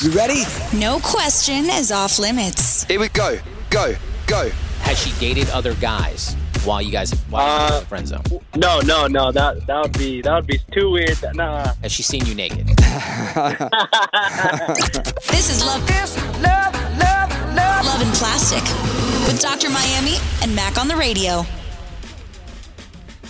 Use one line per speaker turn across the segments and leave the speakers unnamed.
You ready?
No question is off limits.
Here we go. Go. Go.
Has she dated other guys while you guys while you guys were in
Uh,
the friend zone?
No, no, no. That that would be that would be too weird. Nah.
Has she seen you naked?
This is Love. love, love, love. and Plastic with Dr. Miami and Mac on the radio.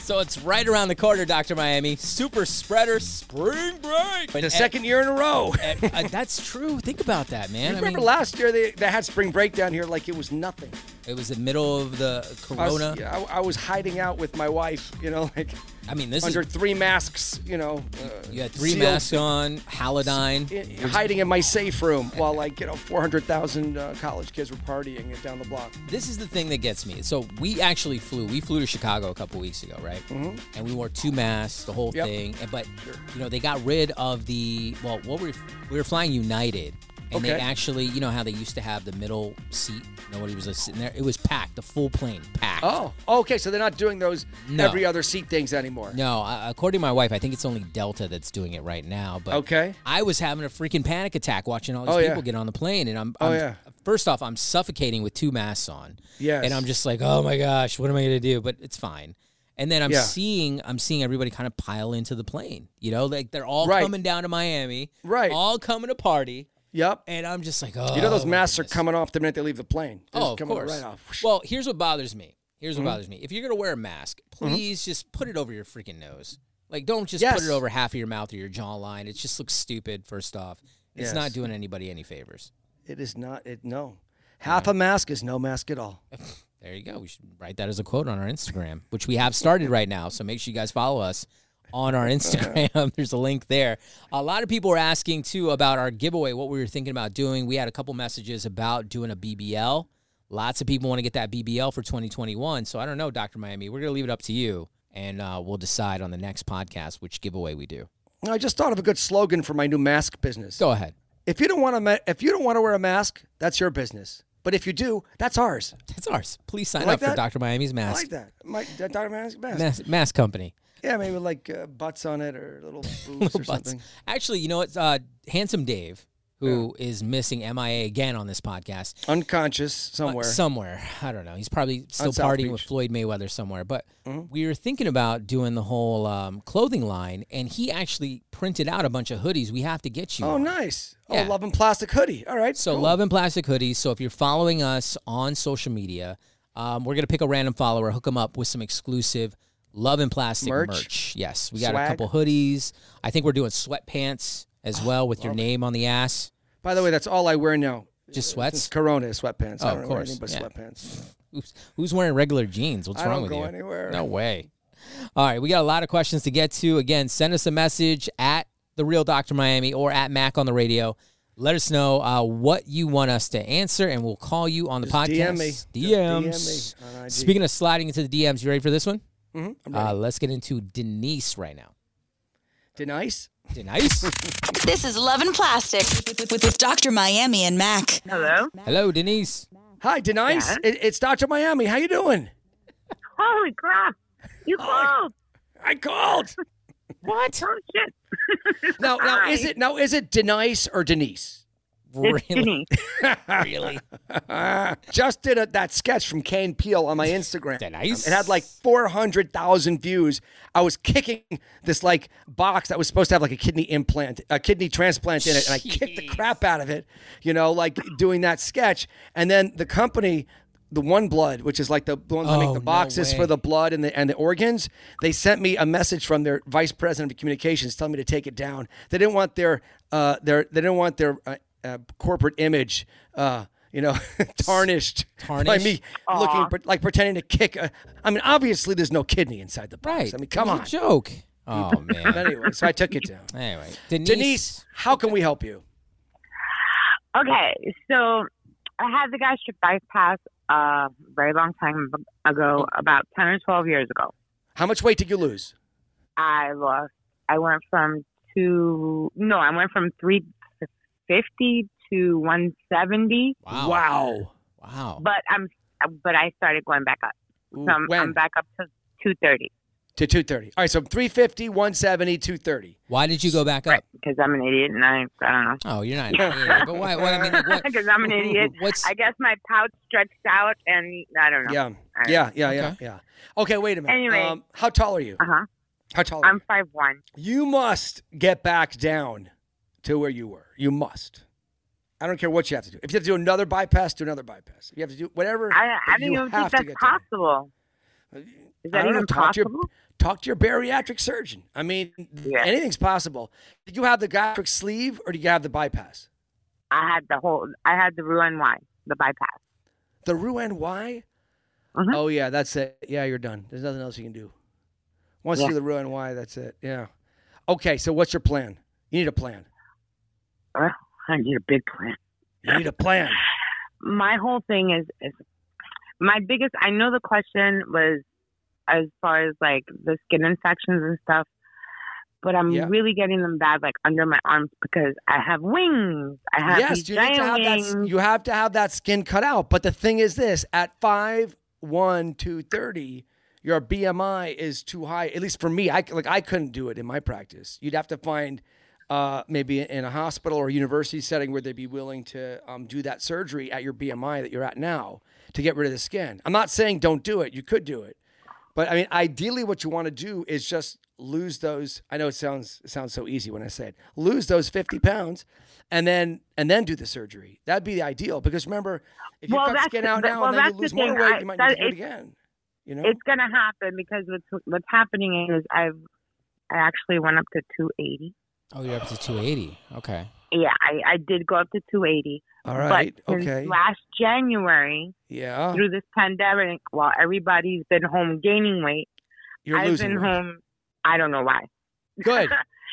so it's right around the corner, Doctor Miami. Super spreader spring break.
The second year in a row.
uh, that's true. Think about that, man. I
Remember
mean,
last year they, they had spring break down here like it was nothing.
it was the middle of the
I was,
corona.
yeah, I, I was hiding out with my wife, you know, like
I mean, this
under
is
three masks, you know, uh,
you had three
sealed,
masks on, Halidine.
i- hiding in my safe room while like you know 400,000 uh, college kids were partying down the block.
this is the thing that gets me. So we actually flew. We flew to Chicago a couple weeks ago, right? Mm-hmm. And we wore two masks, the whole
Yep.
thing. And, but you know, they got rid of the well. What were we were flying United, and they
Okay.
actually, you know, how they used to have the middle seat. Nobody was uh, sitting there. It was packed. The full plane packed.
Oh, okay, so they're not doing those
No.
every other seat things anymore.
No, uh, according to my wife, I think it's only Delta that's doing it right now. But
Okay.
I was having a freaking panic attack watching all these
Oh, yeah.
people get on the plane, and I'm,
Oh,
I'm
yeah.
first off, I'm suffocating with two masks on.
Yes.
and I'm just like, oh my gosh, what am I gonna do? But it's fine. And then I'm
Yeah.
seeing, I'm seeing everybody kind of pile into the plane. You know, like they're all
Right.
coming down to Miami,
Right.
All coming to party,
Yep.
and I'm just like, oh,
You know those
my
masks are
goodness."
coming off the minute they leave the plane. They're
Oh,
just
of
coming
course.
Right off. Mm-hmm.
Well, here's what bothers me. Here's what bothers me. If you're gonna wear a mask, please just put it over your freaking nose. Like, don't just put
Yes.
it over half of your mouth or your jawline. It just looks stupid. First off, it's not
Yes.
doing anybody any favors.
It is not. It no. Half a mask is no mask at all.
There you go. We should write that as a quote on our Instagram, which we have started right now. So make sure you guys follow us on our Instagram. There's a link there. A lot of people were asking too about our giveaway, what we were thinking about doing. We had a couple messages about doing a BBL. Lots of people want to get that BBL for 2021. So I don't know, Dr. Miami. We're going to leave it up to you and uh, we'll decide on the next podcast which giveaway we do.
No, I just thought of a good slogan for my new mask business.
Go ahead.
If you don't want to, ma- if you don't want to wear a mask, that's your business. But if you do, that's ours.
That's ours. Please sign
like
up for
that?
Dr. Miami's
I
mask,
like that. My that Dr. Mask mask.
mask, mask company.
Yeah, maybe like uh, butts on it or little boobs or
butts.
something.
Actually, you know what? Uh, Handsome Dave, who is missing MIA again on this podcast,
Unconscious
uh,
somewhere.
somewhere I don't know. He's probably still
South
partying
Beach. Mm-hmm.
with Floyd Mayweather somewhere. But we were thinking about doing the whole um, clothing line, and he actually printed out a bunch of hoodies. We have to get you.
oh,
on.
nice.
Yeah.
Oh, love and plastic hoodie. All right.
So
cool.
love and plastic hoodies. So if you're following us on social media, um, we're gonna pick a random follower, hook them up with some exclusive love and plastic merch.
Merch?
Yes, we got a
Swag? Ah,
couple hoodies. I think we're doing sweatpants as well with your name on the ass.
By the way, that's all I wear now.
Just
Since
sweats.
Corona is sweatpants.
Oh,
I
of
don't wear
course.
anything but
Yeah.
sweatpants.
Who's, who's wearing regular jeans? What's
I
wrong
don't
with
go
you?
anywhere.
No way. All right, we got a lot of questions to get to. Again, send us a message at the real Doctor Miami or at Mac on the radio. Let us know uh, what you want us to answer, and we'll call you on the
Just
podcast.
DM me. Just
DMs.
DM me on IG.
Speaking of sliding into the DMs, you ready for this one?
Mhm, I'm
Uh,
ready.
let's get into Denise right now.
Denise?
Denise,
This is Love and Plastic with, with- with Dr. Miami and Mac.
Hello.
hello, Denise.
Hi, Denise. It, it's Dr. Miami. How you doing?
Holy crap! You called.
I called.
What? Oh shit!
Now, now
Hi.
is it now is it Denise or Denise?
It's Denise.
really,
Just did a, that sketch from Kane Peel on my Instagram.
Denise.
It had like four hundred thousand views. I was kicking this like box that was supposed to have like a kidney implant, a kidney transplant in it, and I kicked the crap out of it. You know, like doing that sketch, and then the company. The One Blood, which is like the the ones that
Oh,
make
no
the boxes
way.
for the blood and the and the organs, they sent me a message from their vice president of communications telling me to take it down. They didn't want their uh their they didn't want their uh, uh, corporate image uh you know tarnished, by
Tarnished?
me looking pre- like pretending to kick. A, I mean, obviously there's no kidney inside the box.
right?
I mean, come
it was
on.
a joke. Oh
But
man.
anyway, so I took it down.
anyway,
Denise, how can we help you?
Okay, so I had the gastric bypass uh, very long time ago, about ten or twelve years ago.
How much weight did you lose?
I lost. I went from two. No, I went from three fifty to one seventy.
Wow.
Wow.
Wow.
Um,
But I'm. But I started going back up. So I'm,
when?
I'm back up to two thirty.
to 230. All right, so 350, 170, 230.
Why did you go back up?
because I'm an idiot and I, I don't know.
Oh, you're not. yeah, but why? What, I mean, like, what,
Because I'm an idiot.
What's
I guess my pouch stretched out and I don't know.
Yeah.
All right.
Yeah, yeah, yeah, yeah. Okay, wait a minute.
Anyway.
Um, how tall are you?
Uh-huh.
How tall are
I'm
you?
five one.
You must get back down to where you were. You must. I don't care what you have to do. If you have to do another bypass, do another bypass. If you have to do whatever.
I, I
but
don't
you
even
have to
think that's
get down.
possible.
I
Is that
don't
even
know, talk to your-
possible?
Talk to your bariatric surgeon. I mean,
Yeah.
anything's possible. Did you have the gastric sleeve or do you have the bypass?
I had the whole. I had the Rouen Y, the bypass.
The Rouen Y?
Mhm.
Oh, yeah, that's it. Yeah, you're done. There's nothing else you can do. Once you do the Rouen Y, that's it. Yeah. Okay, so what's your plan? You need a plan.
Ugh, I need a big plan.
You need a plan.
my whole thing is, is my biggest i know the question was as far as like the skin infections and stuff but i'm
Yeah.
really getting them bad like under my arms because i have wings i have
yes,
these
you need
giant
to have that.
wings
s- You have to have that skin cut out. But the thing is, this at five one two thirty, your BMI is too high. At least for me, I c- like I couldn't do it in my practice. You'd have to find uh, maybe in a hospital or university setting where they'd be willing to um, do that surgery at your BMI that you're at now to get rid of the skin. I'm not saying don't do it. You could do it. But I mean, ideally, what you want to do is just lose those. I know it sounds it sounds so easy when I say it. Lose those fifty pounds, and then and then do the surgery. That'd be the ideal because remember, if you
Well,
cut
that's
skin
the-
out
but-
now
well,
and then
that's
you
the
lose more
thing.
weight,
I-
you might
that-
need to do it
it's-
again. You know,
it's gonna happen because what's what's happening is i've i actually went up to 280
oh, you're up to 280. Okay.
yeah i i did go up to 280
all right,
but since
okay,
last january
yeah,
through this pandemic while everybody's been home gaining weight
you're
I've
losing.
been
weight.
home. I don't know why.
Good,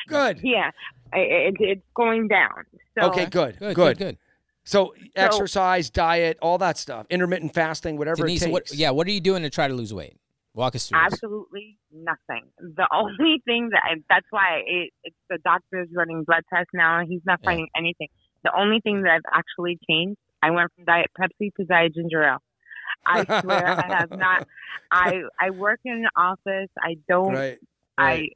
good.
Yeah, I- it, it's going down. So
Okay, good,
Good.
good.
Good. Good.
So exercise, diet, all that stuff, intermittent fasting, whatever
Denise,
it
so
takes.
what, yeah. What are you doing to try to lose weight? Walk us through. this.
absolutely nothing. The only thing that I, that's why it, it's the doctor's running blood tests now. and He's not
Yeah.
finding anything. The only thing that I've actually changed, I went from diet Pepsi to diet ginger ale. I swear I have not. I I work in an office. I don't.
Right.
I.
right.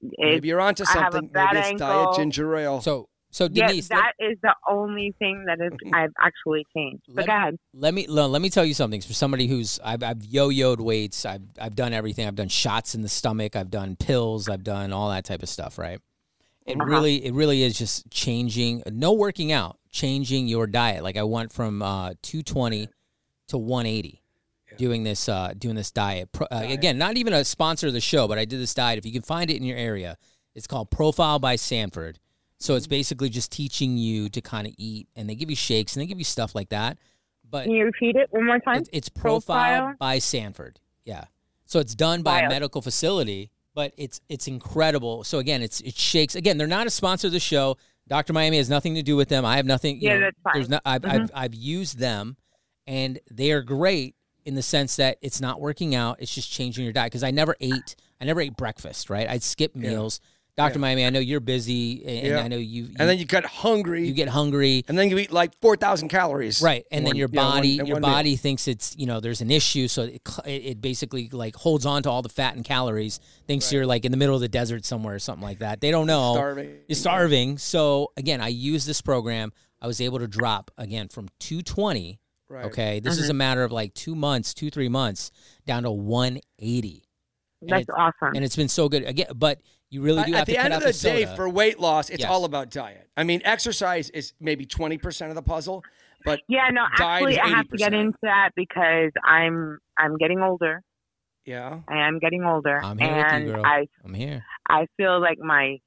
It,
Maybe you're onto
I have a
something.
bad
Maybe it's diet
ankle.
ginger ale.
So, so
yeah,
Denise, let-
that is the only thing that is, I've actually changed.
Let-
But go ahead.
Let me le- let me tell you something. For somebody who's I've, I've yo-yoed weights, I've I've done everything. I've done shots in the stomach. I've done pills. I've done all that type of stuff. Right? It
Uh-huh.
really it really is just changing. No working out, changing your diet. Like I went from uh, 220 to 180 doing this uh, doing this diet. Pro- uh, again, not even a sponsor of the show, but I did this diet. If you can find it in your area, it's called Profile by Sanford. So it's basically just teaching you to kind of eat, and they give you shakes and they give you stuff like that. But
Can you repeat it one more time?
it's, it's profiled
Profile?
by Sanford. Yeah. So it's done by a
Wild.
medical facility, but it's it's incredible. So again, it's it shakes. Again, they're not a sponsor of the show. Dr. Miami has nothing to do with them. I have nothing. you
Yeah,
know,
that's fine. Mm-hmm.
There's not. I've, I've I've used them, and they are great in the sense that it's not working out. It's just changing your diet because I never ate. I never ate breakfast. Right. I'd skip meals. Dr. Miami, I know you're busy, and, and
Yeah.
I know you. you
and then you get hungry.
you get hungry.
and then you eat like 4,000 calories.
Right, and then
One-
your
yeah, one-
body,
in
your
one meal.
body thinks it's you know there's an issue, so it, cl- it it basically like holds on to all the fat and calories. Thinks you're like in the middle of the desert somewhere or something like that. They don't know
Starving.
You're starving. So again, I used this program. I was able to drop again from 220.
Right.
Okay, this
Uh-huh.
is a matter of like two months, two three months, down to 180, and
That's
it's-
awesome.
and it's been so good. Again, but you really do
At-
have
At
to
the
cut
end
out
of the, day,
soda.
for weight loss, it's
Yes.
all about diet. I mean, exercise is maybe 20% of the puzzle, but
yeah, no,
diet is
actually, I have to get
80%.
into that because I'm I'm getting older.
yeah.
I am getting older,
I'm here with you,
and
girl.
I
I'm here.
I feel like my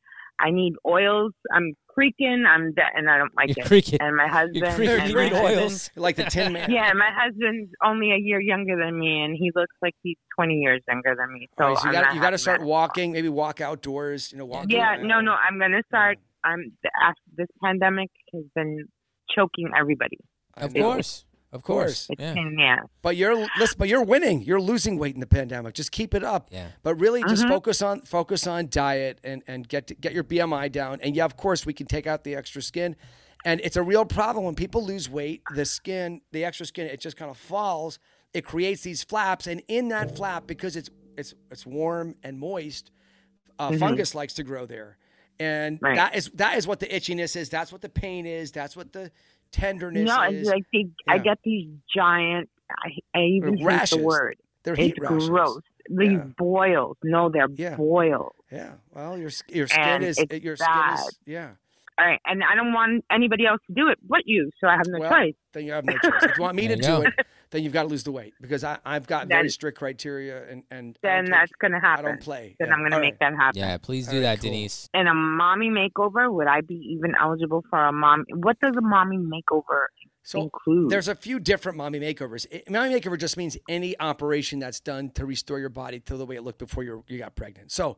I need oils. I'm creaking. I'm de- and I don't like
You're
it.
creaking.
And my husband,
creaking.
and
You
my
need
husband-
oils?
Like the Tin Man.
Yeah, my husband's only a year younger than me, and he looks like he's 20 years younger than me. So,
All right, so
I'm
you got
not
you got to
having
start
that.
walking, maybe walk outdoors, you know, walk.
Yeah,
around.
no, no, I'm gonna start. I'm after this pandemic has been choking everybody.
I
Of
know.
course, of course.
course.
It's
Yeah.
pain in the ass.
But you're listen, but you're winning. You're losing weight in the pandemic. Just keep it up.
Yeah.
But really, just
Mhm.
Mm-hmm.
focus on focus on diet and and get to, get your BMI down. And yeah, of course, we can take out the extra skin. And it's a real problem when people lose weight. The skin, the extra skin, it just kind of falls. It creates these flaps, and in that flap, because it's it's it's warm and moist. Uh, Fungus likes to grow there, and
Mm-hmm. Right.
that is that is what the itchiness is. That's what the pain is. That's what the tenderness
no,
is.
it's like they, I
yeah.
get these giant. I, I even hate
Rashes.
the word.
They're heat
It's
rashes.
gross. These
Yeah.
boils. No, they're
Yeah.
boils.
Yeah. Well, your s- your skin
And
is
it's
your
bad.
skin is yeah.
All right, and I don't want anybody else to do it but you, so I have no
Well,
choice.
Then you have no choice. If you want me
There
to
you go.
do it, then you've got to lose the weight because I I've got
Then-
very strict criteria and and I don't
Then
take-
that's gonna
I
happen.
don't play.
Then
Yeah.
I'm gonna
All
make
right.
that happen.
Yeah, please do
All right,
that,
cool.
Denise.
And a mommy makeover, would I be even eligible for a mom? What does a mommy makeover
So
include?
There's a few different mommy makeovers. It- mommy makeover just means any operation that's done to restore your body to the way it looked before you you got pregnant. So,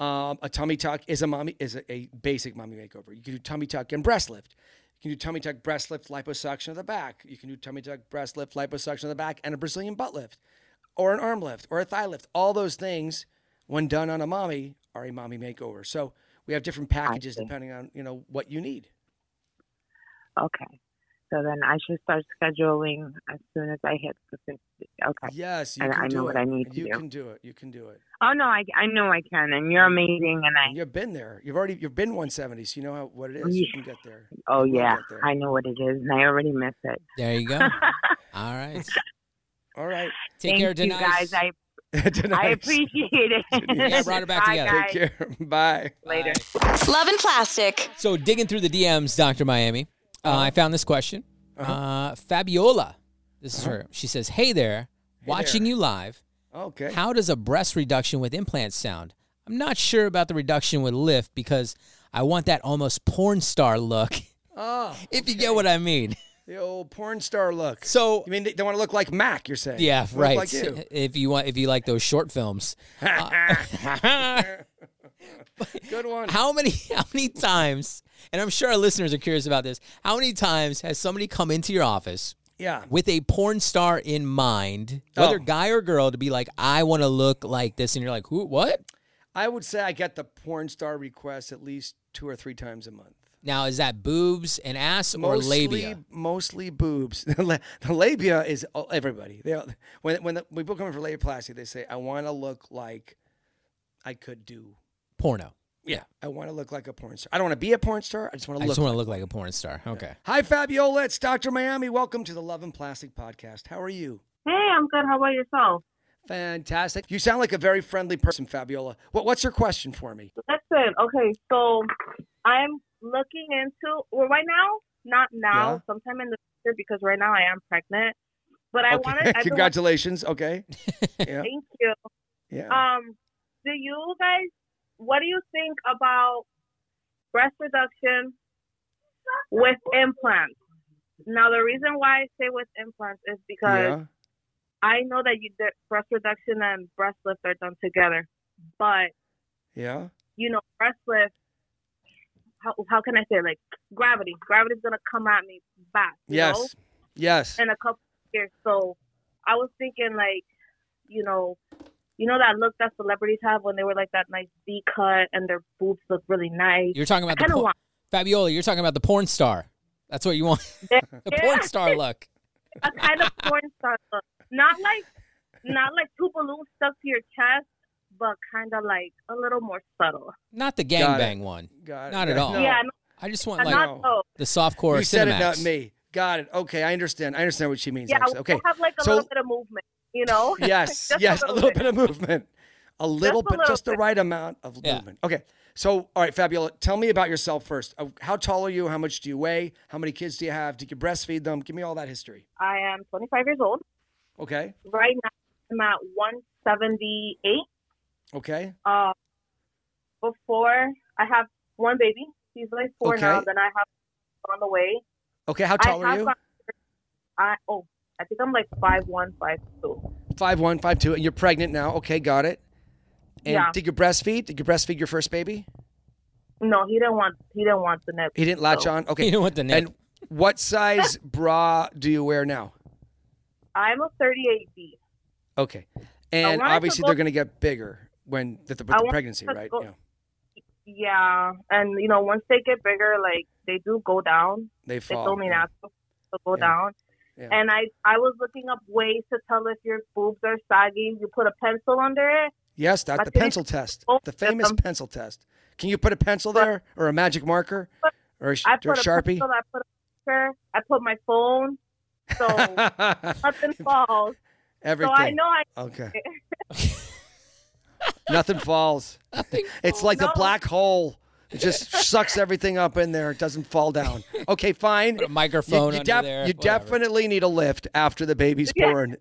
um, a tummy tuck is a mommy is a, a basic mommy makeover. You can do tummy tuck and breast lift. You can do tummy tuck, breast lift, liposuction of the back. You can do tummy tuck, breast lift, liposuction of the back, and a Brazilian butt lift, or an arm lift, or a thigh lift. All those things, when done on a mommy, are a mommy makeover. So we have different packages
see.
depending on you know what you need.
okay. So then I should start scheduling as soon as I hit the 50. Okay.
Yes, you
I-
can
I
do
know
it.
what I need to
you
do.
can do it. You can do it.
Oh, no, I, I know I can. And you're amazing. And I,
You've been there. You've already you've been 170, so you know how, what it is. You can get there.
oh,
You will
yeah,
get there.
I know what it is. And I already miss it.
There you go. All right.
All right.
Take
Thank
care,
you,
Denise.
guys. I, I
Tonight.
appreciate it.
Yeah, brought it back
Bye,
together.
Take
Guys.
care. Bye.
Later.
Love and plastic.
So digging through the DMs, Doctor Miami, uh,
Uh-huh.
I found this question. uh Fabiola, this
Uh-huh.
is her. She says, "Hey there, watching you live.
Okay.
How does a breast reduction with implants sound? I'm not sure about the reduction with lift because I want that almost porn star look.
Oh,
If you get what I mean.
the old porn star look.
So
you mean they, they want to look like Mac? You're saying?
yeah,
They wanna
right.
Look like you.
If you want, if you like those short films, Uh,
Good one.
how many how many times? And I'm sure our listeners are curious about this. How many times has somebody come into your office
yeah.
with a porn star in mind, whether
Oh.
guy or girl, to be like, I want to look like this, and you're like, who? What?
I would say I get the porn star request at least two or three times a month.
Now is that boobs and ass or labia?
Mostly boobs. The la- the labia is all- everybody. They all, when when, the, when people come in for labiaplasty, they say, "I want to look like I could do."
Porno.
Yeah, I want to look like a porn star. I don't want to be a porn star. I just want
I
to
just
look.
want to look like a porn star. Okay.
Hi, Fabiola. It's Doctor Miami. Welcome to the Love and Plastic Podcast. How are you?
Hey, I'm good. How about yourself?
Fantastic. You sound like a very friendly person, Fabiola. What, what's your question for me?
Listen, okay, so I'm looking into well right now, not now,
Yeah.
sometime in the future because right now I am pregnant. But I
Okay.
wanted I
Congratulations. Okay. yeah.
Thank you.
Yeah.
Um, do you guys what do you think about breast reduction with implants? Now the reason why I say with implants is because
yeah.
I know that you that breast reduction and breast lift are done together, but
Yeah.
you know, breast lift. How, how can I say like gravity? Gravity's gonna come at me back. You
Yes.
Know,
Yes.
in a couple years, so I was thinking like, you know, you know that look that celebrities have when they were like that nice V cut and their boobs look really nice.
You're talking
I
about the
kind of
por-
want
Fabiola. You're talking about the porn star. That's what you want. the porn star look.
a kind of porn star look, not like, not like two balloons stuck to your chest, but kind of like a little more subtle.
Not the
Got it.
gangbang one.
Got it.
Not at
Yeah,
all.
no.
Yeah, no,
I just want like
not
no.
so.
the softcore
you said it, not
Cinemax.
me. Got it. Okay, I understand. I understand what she means.
Yeah, I
actually.
want
Okay.
to have like a
So-
little bit of movement. You know.
Yes.
Just a
yes. A
little
little
bit.
bit of movement. A little
a
bit,
little
just the
bit.
right amount of
Yeah.
movement. Okay. So, all right, Fabiola, tell me about yourself first. Uh, How tall are you? How much do you weigh? How many kids do you have? Did you breastfeed them? Give me all that history.
I am 25 years old.
Okay.
Right now, I'm at 178.
Okay.
Uh, before I have one baby, he's like four
Okay.
now. Then I have on the way.
Okay. How
I
tall are
have
you?
a- I oh, I think I'm like five one, five two.
Five one, five two, and you're pregnant now. Okay, got it. And
Yeah.
did you breastfeed? Did you breastfeed your first baby?
No, he didn't want. He didn't want the nip.
He didn't latch
So,
on.
You
Okay.
know what the name?
And what size bra do you wear now?
I'm a 38B.
Okay. And
wanted to
obviously
go-
they're going to get bigger when the, the,
I
the
wanted
pregnancy,
to
right?
go-
Yeah.
Yeah, and you know, once they get bigger, like they do go down.
They
They
fall.
told me
yeah.
not to to go
Yeah.
down.
Yeah.
And I I was looking up ways to tell if your boobs are saggy. You put a pencil under it.
Yes, that
I
the
think-
pencil test,
Oh,
the famous
um,
pencil test. Can you put a pencil there or a magic marker or a, sh-
I
or a
put a
sharpie?
pencil. I put a marker. I put my phone. So nothing falls.
Everything.
So I know I
Okay. Nothing falls. it's like the
No.
black hole. It just sucks everything up in there. It doesn't fall down. Okay, fine.
Put a
You,
microphone
you
under
def-
there.
you
whatever.
definitely need a lift after the baby's
Yeah.
born.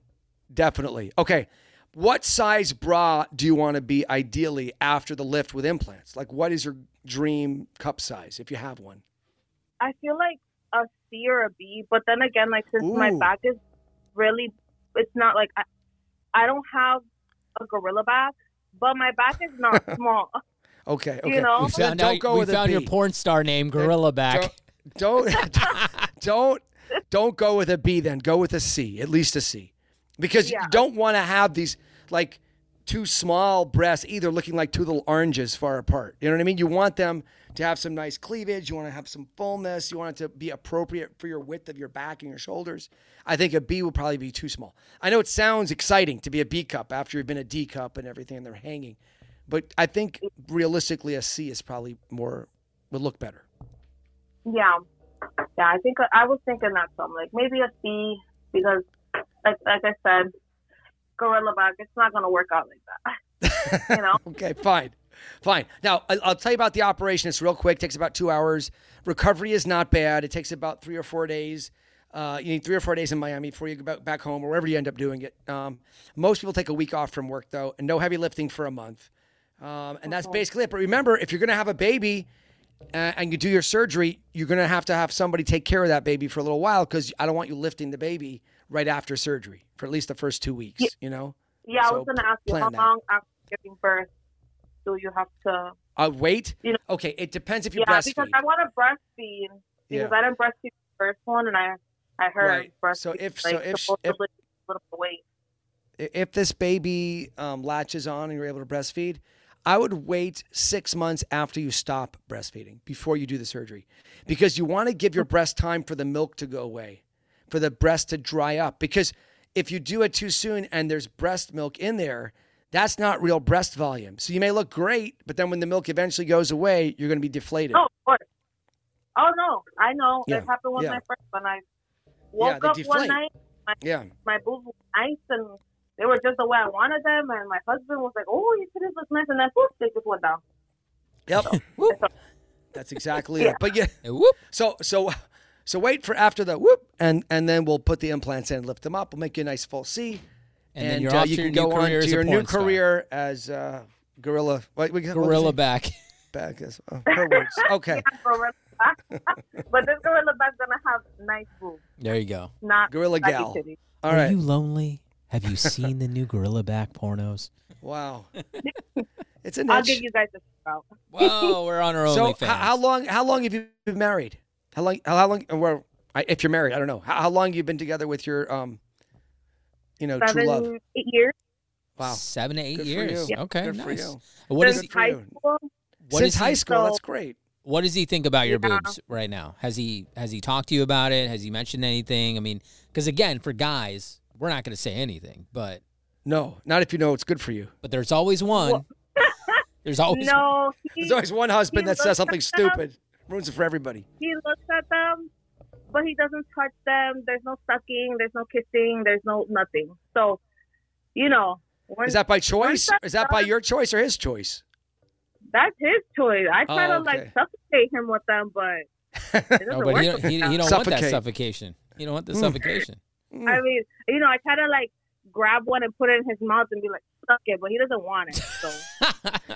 Definitely. Okay. What size bra do you want to be ideally after the lift with implants? Like, what is your dream cup size if you have one?
I feel like a C or a B, but then again, like since my
Ooh.
back is really, it's not like I, I don't have a gorilla back, but my back is not small.
Okay. Okay.
You know,
We found,
don't
out-
go
we
with a
found your
B.
porn star name, Gorilla Back.
Don't don't don't go with a B then. Go with a C, at least a C. Because
Yeah.
you don't want to have these like two small breasts either looking like two little oranges far apart. You know what I mean? You want them to have some nice cleavage, you want to have some fullness, you want it to be appropriate for your width of your back and your shoulders. I think a B will probably be too small. I know it sounds exciting to be a B cup after you've been a D cup and everything and they're hanging. But I think realistically a C is probably more would look better.
Yeah, yeah. I think I was thinking that some like maybe a C because, like like I said, gorilla back. It's not gonna work out like that. you know,
Okay, fine. Fine. Now, I- I'll tell you about the operation. It's real quick, takes about two hours. Recovery is not bad. It takes about three or four days. Uh, you need three or four days in Miami before you go ba- back home or wherever you end up doing it. Um, most people take a week off from work, though, and no heavy lifting for a month. Um, and that's
Uh-huh.
basically it. But remember, if you're going to have a baby uh, and you do your surgery, you're going to have to have somebody take care of that baby for a little while because I don't want you lifting the baby right after surgery for at least the first two weeks, you know?
yeah. I
So
was gonna ask you
plan
how
that.
long after giving birth do you have to?
Uh, wait.
You know-
okay, it depends if you
Yeah,
breastfeed.
because I want to breastfeed
Yeah.
because I didn't breastfeed the first one, and I I heard
Right.
breastfeed
So if- so
like,
if- if-
supposedly a little weight.
I- if this baby um, latches on and you're able to breastfeed, I would wait six months after you stop breastfeeding before you do the surgery because you want to give your breast time for the milk to go away, for the breast to dry up. Because if you do it too soon and there's breast milk in there, that's not real breast volume. So you may look great, but then when the milk eventually goes away, you're going to be deflated.
Oh, of course. Oh no, I know.
Yeah,
It happened with
yeah.
my first one. I woke
they
up one
deflate.
night,
Yeah.
my boobs were nice, and they were just the way I wanted them. And my husband was like, "Oh, your titties look nice," and then poof, they just went down.
Yep. that's exactly it. But yeah.
Hey, Whoop.
So so so wait for after the whoop and and then we'll put the implants in, lift them up, we'll make you a nice full C,
And, then you're
uh,
off
you
to
can
your
go
new
on
career
to
as a
your new
porn star.
career as uh, gorilla. What, what,
Gorilla Back.
back is oh, her words. Okay,
Gorilla back. but this gorilla back's gonna have nice boobs,
There you go.
not
Gorilla
saggy
gal.
titties.
all
Are
right.
you lonely? Have you seen the new Gorilla Back pornos?
Wow, it's a
I'll
niche.
give you guys a shout.
Whoa, we're on our own.
so how, how long? How long have you been married? How long? How, how long? Well, I, if you're married, I don't know. How, how long you been together with your um, you know, true love?
Seven, eight years
Wow,
Seven to eight
Good for
years.
you.
Okay,
Good
nice.
for you.
What is
since
Good for
high
you.
school.
what is
Since
he-
high school,
So-
that's great.
what does he think about your
Yeah.
boobs right now? Has he has he talked to you about it? Has he mentioned anything? I mean, because again, for guys, we're not going to say anything, but
No, not if you know it's good for you.
but there's always one. There's always
No,
There's
he,
always one husband
he
that says
looks
something
at them.
stupid, ruins it for everybody.
he looks at them, but he doesn't touch them. There's no sucking. There's no kissing. There's no nothing. So, you know, when,
Is that by choice?
that
Is that by
done-
your choice or his choice?
that's his choice. I try
Oh,
to
okay.
like suffocate him with them, but it doesn't
no, but
work.
he don't, he, he don't want that
Suffocate.
suffocation. He don't want
Hmm.
the suffocation.
I mean, you know, I try to like grab one and put it in his mouth and be like, suck it, but he doesn't want it. So,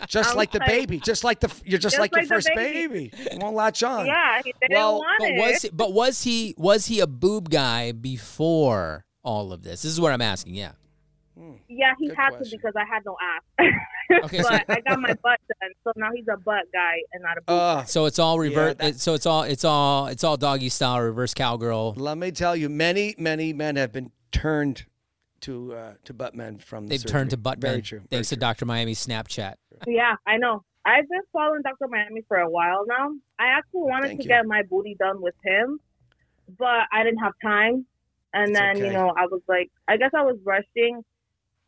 Just
I'm
like the
like-
baby, just like the f- you're just,
Just
like,
like the
your first baby.
baby.
It won't latch on.
yeah, he didn't
Well,
want
But
it.
was but was he was he a boob guy before all of this? This is what I'm asking. Yeah.
yeah, he
Good
had to
question.
because I had no ass.
Okay, so- Oh,
but I got my butt done, so now he's a butt guy and not a boob.
Uh,
So it's all revert.
that-
it- so it's all it's all it's all doggy style, reverse cowgirl.
let me tell you, many many men have been turned to uh, to butt men from. The
They've turned to
surgery.
butt
Very
men,
true. very
Thanks to
true.
Dr. Miami's Snapchat.
Yeah, I know. I've been following Dr. Miami for a while now. I actually wanted
Thank
to
you.
get my booty done with him, but I didn't have time. And
It's
then, you
okay.
know, I was like, I guess I was rushing,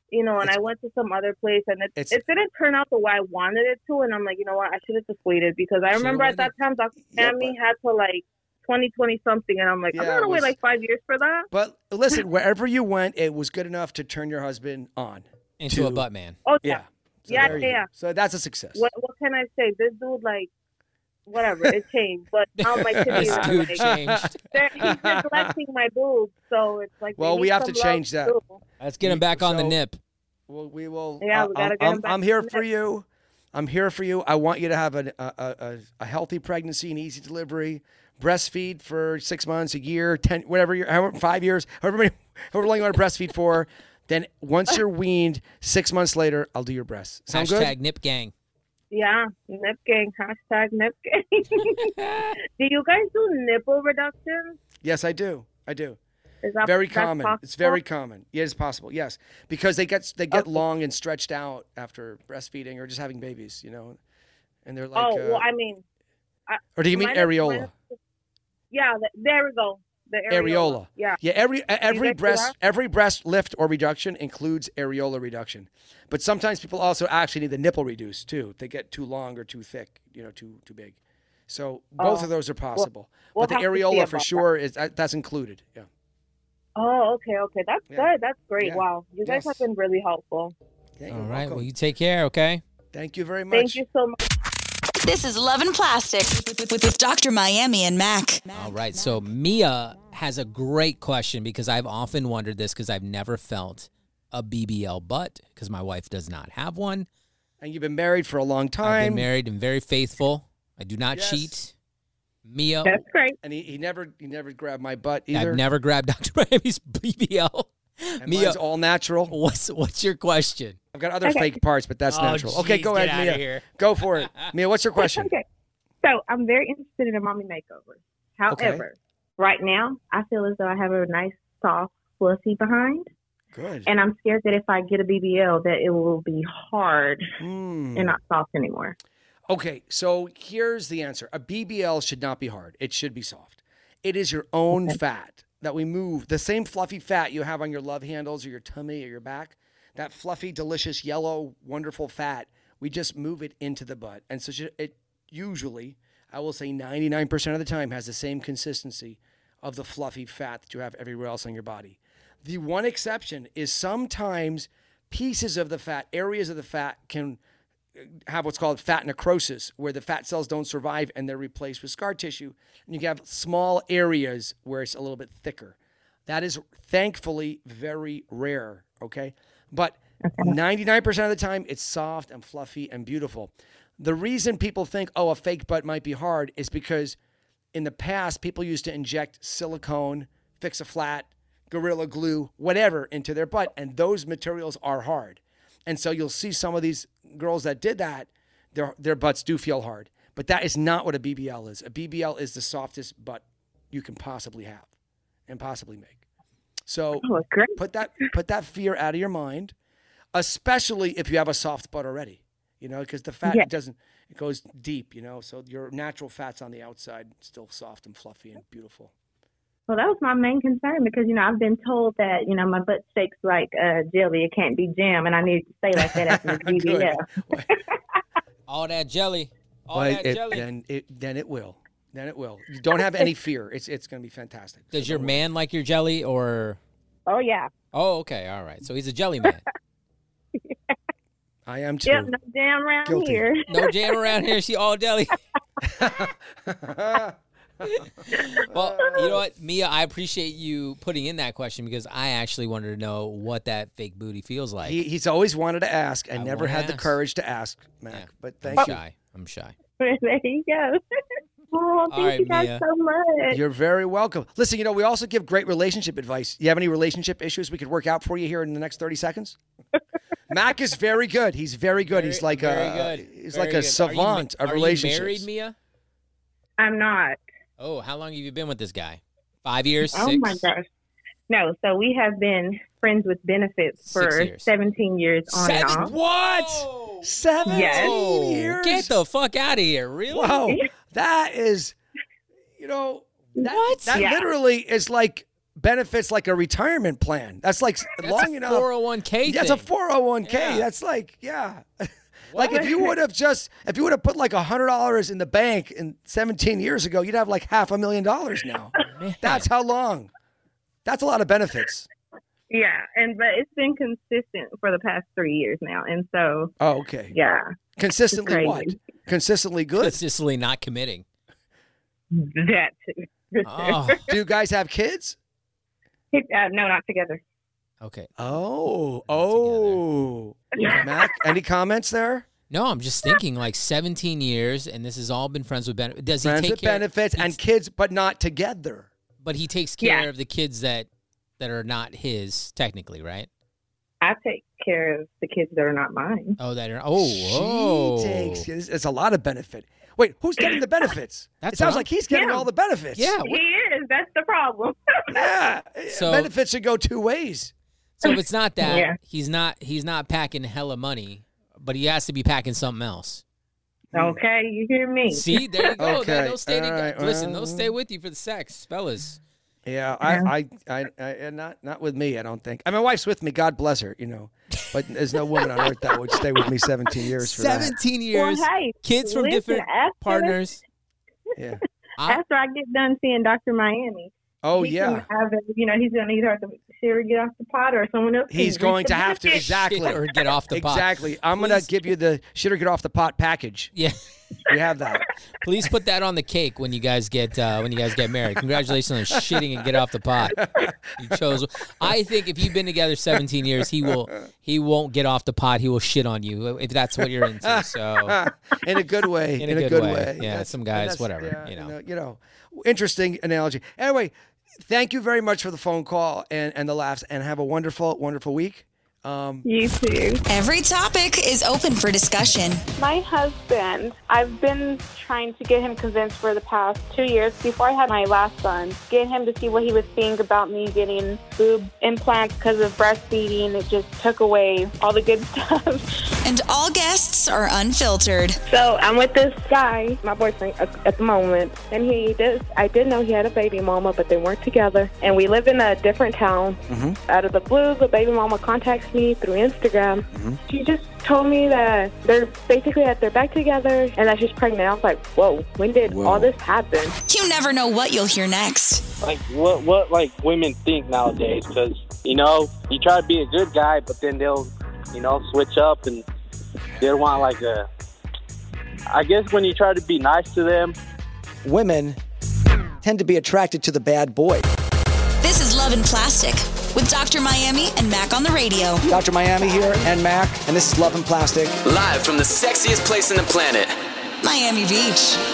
you know, and I went to some other place and it,
it's-
it didn't turn out the way I wanted it to. And I'm like, you know what? I should have just waited because I
Should've
remember at that time, Dr.
Yeah,
Sammy had to like 2020 something. And I'm like, I'm
Yeah,
going
it
to wait
was-
like five years for that.
But listen, wherever you went, it was good enough to turn your husband on.
into a
Two.
butt man.
Oh, yeah.
Yeah. So
Yeah,
there you go.
yeah.
So that's a success.
What, what can I say? This dude, like, whatever, it changed. But now my
This
kidneys are
dude
like,
changed.
they're- he's neglecting my boobs. So it's like, they
Well, we
need
have to
some love
change that.
too.
Let's get him back on the
So-
nip.
Well, we will.
Yeah,
I-
we gotta
I'm,
get 'em
I'm-
back
I'm here
to the
for you. I'm here for you. I want you to have an- a, a, a, a healthy pregnancy and easy delivery. Breastfeed for six months, a year, ten, whatever, year, however, five years, however many, however long you want to breastfeed for. Then once you're weaned, six months later, I'll do your breasts. Sound
Hashtag
good?
nip gang.
Yeah, nip gang. Hashtag nip gang. do you guys do nipple reduction?
Yes, I do. I do.
Is that
very
that's
common. It's
possible?
very common. Yeah, it's possible. Yes, because they get they get long and stretched out after breastfeeding or just having babies, you know, and they're like.
oh
uh,
well, I mean,
or do you mean
mine is-
areola?
mine is- yeah, th- there we go. The areola.
areola.
Yeah.
Yeah, every e- every
guys do
breast every breast lift or reduction includes areola reduction. But sometimes people also actually need the nipple reduced too. If they get too long or too thick, you know, too too big. So both
Oh.
of those are possible.
we'll
but the
have to see
areola for
about
sure is that, that's included. Yeah.
Oh, okay, okay. That's
Yeah.
good. That's great.
Yeah.
Wow, you
Yes.
guys have been really helpful.
Yeah,
All
you're
right.
welcome.
Well, you take care, okay?
Thank you very much.
Thank you so much.
This is Love and Plastic with, with, with Dr. Miami and Mac.
All right. So Mia has a great question because I've often wondered this because I've never felt a BBL butt because my wife does not have one.
And you've been married for a long
I've been
time.
married and very faithful. I do not
Yes.
cheat. Mia,
That's great.
And he, he never he never grabbed my butt either.
I've never grabbed Dr. Miami's BBL.
and
Mia,
mine's all natural.
what's what's your question?
I've got other
Okay.
fake parts, but that's
Oh,
natural. okay,
jeez,
go
get
ahead,
outta
Mia.
here.
Go for it. Mia, what's your question?
Okay. So I'm very interested in a mommy makeover. However, right now I feel as though I have a nice soft fluffy behind.
Good.
And I'm scared that if I get a BBL, that it will be hard
Mm.
and not soft anymore.
Okay, so here's the answer. A BBL should not be hard. It should be soft. It is your own fat that we move. The same fluffy fat you have on your love handles or your tummy or your back, that fluffy, delicious, yellow, wonderful fat, we just move it into the butt. And so should- it usually, I will say 99% of the time, has the same consistency of the fluffy fat that you have everywhere else on your body. The one exception is sometimes pieces of the fat, areas of the fat can have what's called fat necrosis, where the fat cells don't survive and they're replaced with scar tissue. And you can have small areas where it's a little bit thicker. That is thankfully very rare, okay? But 99% of the time, it's soft and fluffy and beautiful. The reason people think, oh, a fake butt might be hard is because in the past, people used to inject silicone, fix a flat, gorilla glue, whatever into their butt, and those materials are hard. And so you'll see some of these girls that did that, their their butts do feel hard. But that is not what a BBL is. A BBL is the softest butt you can possibly have and possibly make. So
Oh, great.
put that put that fear out of your mind, especially if you have a soft butt already. You know, because the fat
Yeah.
doesn't it goes deep. You know, so your natural fat's on the outside, still soft and fluffy and beautiful.
Well, that was my main concern because, you know, I've been told that, you know, my butt shakes like uh, jelly. It can't be jam. And I needed to stay like that after the
Good.
BBL.
All that jelly. All
But
that
it,
jelly.
then it then it will. Then it will. You don't have any fear. It's it's gonna be fantastic.
Does your man like your jelly or
Oh, yeah.
Oh, okay. All right. So he's a jelly man.
I am too.
Yeah, no jam around
Guilty.
here.
No jam around here. She all jelly. Well, you know what, Mia, I appreciate you putting in that question because I actually wanted to know what that fake booty feels like.
he, he's always wanted to ask. I,
I
never
wanna
had the
ask.
courage to ask, Mac.
Yeah.
But
I'm
thank you.
shy. I'm shy.
there you go. Oh, thank
right,
you guys
Mia.
so much.
You're very welcome. Listen, you know, we also give great relationship advice. You have any relationship issues we could work out for you here in the next 30 seconds? Mac is very good. He's very good. he's
Very-
like
very
a
good.
he's
Very
like
good. Are
a
you ma-
savant of
are
relationships.
You married, Mia?
I'm not.
Oh, how long have you been with this guy? Five years? Six?
Oh, my gosh. No, so we have been friends with benefits
Six
for
years.
17 years on
Seven?
and off.
What?
Oh.
17
Yes.
Oh,
years?
get the fuck out of here. Really?
Wow. That is, you know, that,
What?
that
Yeah.
literally is like benefits like a retirement plan. That's like s- long enough.
401k.
That's a
thing.
401k.
Yeah.
That's like, yeah. like if you would have just if you would have put like hundred dollars in the bank in 17 years ago, you'd have like half a million dollars now. That's how long. That's a lot of benefits.
Yeah, and but it's been consistent for the past three years now, and so
Oh, okay.
yeah,
Consistently
Crazy.
what? Consistently good.
consistently not committing.
that too.
Oh,
Do you guys have kids?
Uh, no, not together.
okay.
Oh, oh. Mac, any comments there?
No, I'm just thinking like 17 years, and this has all been friends with benefits. Does
Friends
he
with
take care?
benefits and kids, but not together.
But he takes
Yeah.
care of the kids that that are not his technically, right?
I take care of the kids that are not mine.
Oh, that are oh, whoa.
She takes it's, it's a lot of benefit. Wait, who's getting the benefits?
That's
it sounds
what I'm-
like he's getting
Yeah.
all the benefits.
yeah.
He is. That's the problem.
Yeah.
So-
benefits should go two ways.
So if it's not that
Yeah.
he's not he's not packing hella money, but he has to be packing something else.
okay, you hear me?
See, there you go. That-
Okay,
they'll stay
all
together.
right,
Listen, they'll
well-
stay with you for the sex, fellas.
Yeah, I, I, I, I, and not not with me. I don't think. I mean, my wife's with me. God bless her. You know, but there's no woman on earth that would stay with me 17 years for that.
17 years,
Well, hey,
kids from
listen,
different
after,
partners.
Yeah.
I-
After I get done seeing Doctor Miami,
Oh
he can
yeah.
Either, you know, he's gonna either have to Sherry get off the pot or someone else. can
He's
drink
going
the
to have to
bucket.
exactly.
or get off the pot.
Exactly. I'm gonna
Please.
give you the shit or get off the pot package.
Yeah.
We have that.
Please put that on the cake when you guys get uh, when you guys get married. Congratulations on shitting and get off the pot. You chose. I think if you've been together 17 years, he will he won't get off the pot. He will shit on you if that's what you're into. So
Ah, in a good way.
In a good way. Yeah, some guys, whatever, you know.
uh, You know, interesting analogy. Anyway, thank you very much for the phone call and, and the laughs, and have a wonderful, wonderful week. Um,
You too.
Every topic is open for discussion.
My husband, I've been trying to get him convinced for the past two years before I had my last son, get him to see what he would think about me getting boob implants because of breastfeeding. It just took away all the good stuff.
And all guests are unfiltered.
So I'm with this guy, my boyfriend at, at the moment, and he does. I did know he had a baby mama, but they weren't together. And we live in a different town. Out of the blue, the baby mama contacts me through Instagram. She just told me that they're basically that they're back together and that she's pregnant. I was like, whoa, when did all this happen?
You never know what you'll hear next.
Like what what like women think nowadays? Because you know you try to be a good guy, but then they'll you know switch up and they'll want like a. I guess when you try to be nice to them,
women tend to be attracted to the bad boy.
This is Love and Plastic with Dr. Miami and Mac on the radio.
Dr. Miami here and Mac, and this is Love and Plastic.
Live from the sexiest place on the planet,
Miami Beach.